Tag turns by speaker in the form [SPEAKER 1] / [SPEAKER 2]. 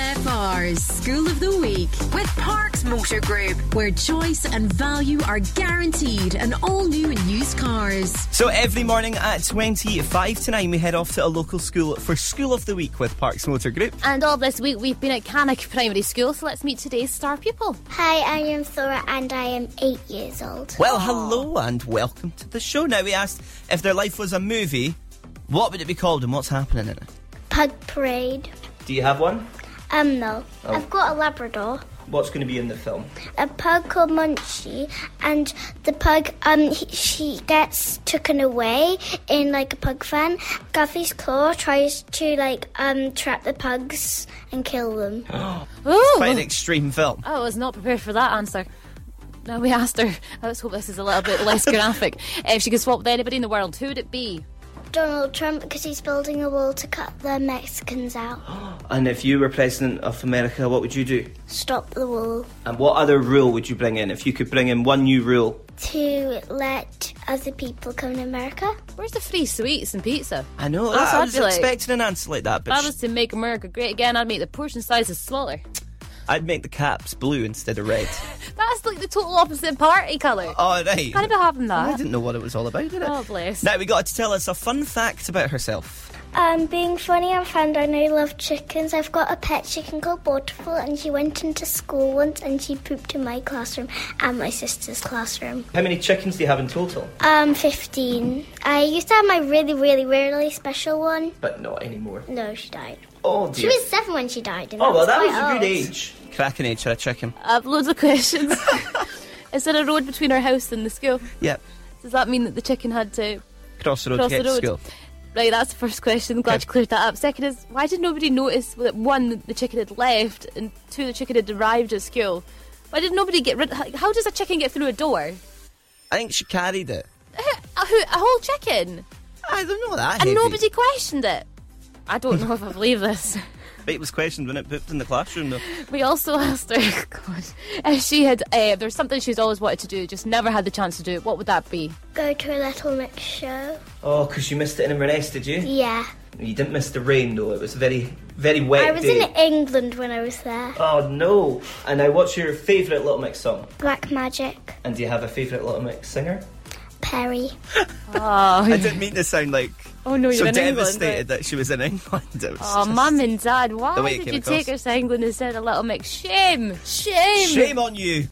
[SPEAKER 1] MFR's School of the Week with Parks Motor Group, where choice and value are guaranteed in all new and used cars.
[SPEAKER 2] So every morning at 25 to 9, we head off to a local school for School of the Week with Parks Motor Group.
[SPEAKER 3] And all this week we've been at Cannock Primary School, so let's meet today's star pupil.
[SPEAKER 4] Hi, I am Thora and I am eight years old.
[SPEAKER 2] Well,
[SPEAKER 3] Ah.
[SPEAKER 2] hello and welcome to the show. Now, we asked if their life was a movie, what would it be called and what's happening in it?
[SPEAKER 4] Pug parade.
[SPEAKER 2] Do you have one?
[SPEAKER 4] Um, no. I've got a Labrador,
[SPEAKER 2] What's going to be in the film?
[SPEAKER 4] a pug called Munchie, and the pug, um, he, she gets taken away in like a pug fan. Guffy's claw tries to like, um, trap the pugs and kill them.
[SPEAKER 2] Quite an
[SPEAKER 3] Oh,
[SPEAKER 2] extreme film.
[SPEAKER 3] I was not prepared for that answer. No, we asked her. Let's hope this is a little bit less graphic. if she could swap with anybody in the world, who would it be?
[SPEAKER 4] Donald Trump, because he's building a wall to cut the Mexicans out.
[SPEAKER 2] And if you were president of America, what would you do?
[SPEAKER 4] Stop the wall.
[SPEAKER 2] And what other rule would you bring in if you could bring in one new rule?
[SPEAKER 4] To let other people come to America.
[SPEAKER 3] Where's the free sweets and pizza?
[SPEAKER 2] I know,
[SPEAKER 3] That's
[SPEAKER 2] I
[SPEAKER 3] what
[SPEAKER 2] was
[SPEAKER 3] I'd be like.
[SPEAKER 2] expecting an answer like that,
[SPEAKER 3] If I
[SPEAKER 2] but
[SPEAKER 3] was to make America great again, I'd make the portion sizes smaller.
[SPEAKER 2] I'd make the caps blue instead of red.
[SPEAKER 3] That's like the total opposite party colour.
[SPEAKER 2] All right.
[SPEAKER 3] Can't be having
[SPEAKER 2] I
[SPEAKER 3] that.
[SPEAKER 2] didn't know what it was all about, did it?
[SPEAKER 3] Oh, bless.
[SPEAKER 2] Now, we got her to tell us a fun fact about herself.
[SPEAKER 4] Um, being funny and fun, I know you love chickens. I've got a pet chicken called Waterfall, and she went into school once and she pooped in my classroom and my sister's classroom.
[SPEAKER 2] How many chickens do you have in total?
[SPEAKER 4] Um, 15. I used to have my really, really, really special one.
[SPEAKER 2] But not anymore.
[SPEAKER 4] No, she died.
[SPEAKER 2] Oh,
[SPEAKER 4] She was seven when she died. And
[SPEAKER 2] Oh, well, that was
[SPEAKER 4] quite
[SPEAKER 2] a good
[SPEAKER 4] old.
[SPEAKER 2] age. Cracking age for a chicken.
[SPEAKER 3] I have loads of questions. is there a road between our house and the school?
[SPEAKER 2] Yep.
[SPEAKER 3] Does that mean that the chicken had to
[SPEAKER 2] Cross the road
[SPEAKER 3] Cross
[SPEAKER 2] to
[SPEAKER 3] the
[SPEAKER 2] get to school.
[SPEAKER 3] road. Right, that's the first question. Glad
[SPEAKER 2] Okay.
[SPEAKER 3] you cleared that up. Second is, why did nobody notice that one, the chicken had left, and two, the chicken had arrived at school? Why did nobody get rid? How does a chicken get through a door?
[SPEAKER 2] I think she carried it.
[SPEAKER 3] A, who- a whole chicken,
[SPEAKER 2] I don't know that.
[SPEAKER 3] and
[SPEAKER 2] heavy.
[SPEAKER 3] nobody questioned it. I don't know if I believe this.
[SPEAKER 2] It was questioned when it pooped in the classroom, though.
[SPEAKER 3] We also asked her, God, if she had, uh, there's something she's always wanted to do, just never had the chance to do it. What would that be?
[SPEAKER 4] Go to a Little Mix show.
[SPEAKER 2] Oh, because you missed it in Inverness, did you?
[SPEAKER 4] Yeah.
[SPEAKER 2] You didn't miss the rain, though. It was very, very wet.
[SPEAKER 4] I was in England when I was there.
[SPEAKER 2] Oh, no. And now, what's your favourite Little Mix song?
[SPEAKER 4] Black Magic.
[SPEAKER 2] And do you have a favourite Little Mix singer?
[SPEAKER 4] Perry.
[SPEAKER 2] I
[SPEAKER 3] Oh,
[SPEAKER 2] didn't mean to sound like
[SPEAKER 3] oh no, you're
[SPEAKER 2] so
[SPEAKER 3] in
[SPEAKER 2] devastated
[SPEAKER 3] England.
[SPEAKER 2] that she was in England. It was
[SPEAKER 3] Oh,
[SPEAKER 2] just-
[SPEAKER 3] mum and dad,
[SPEAKER 2] The
[SPEAKER 3] why
[SPEAKER 2] way it
[SPEAKER 3] did
[SPEAKER 2] came
[SPEAKER 3] you take
[SPEAKER 2] across.
[SPEAKER 3] us to England instead of Little Mix? Shame! Shame!
[SPEAKER 2] Shame on you.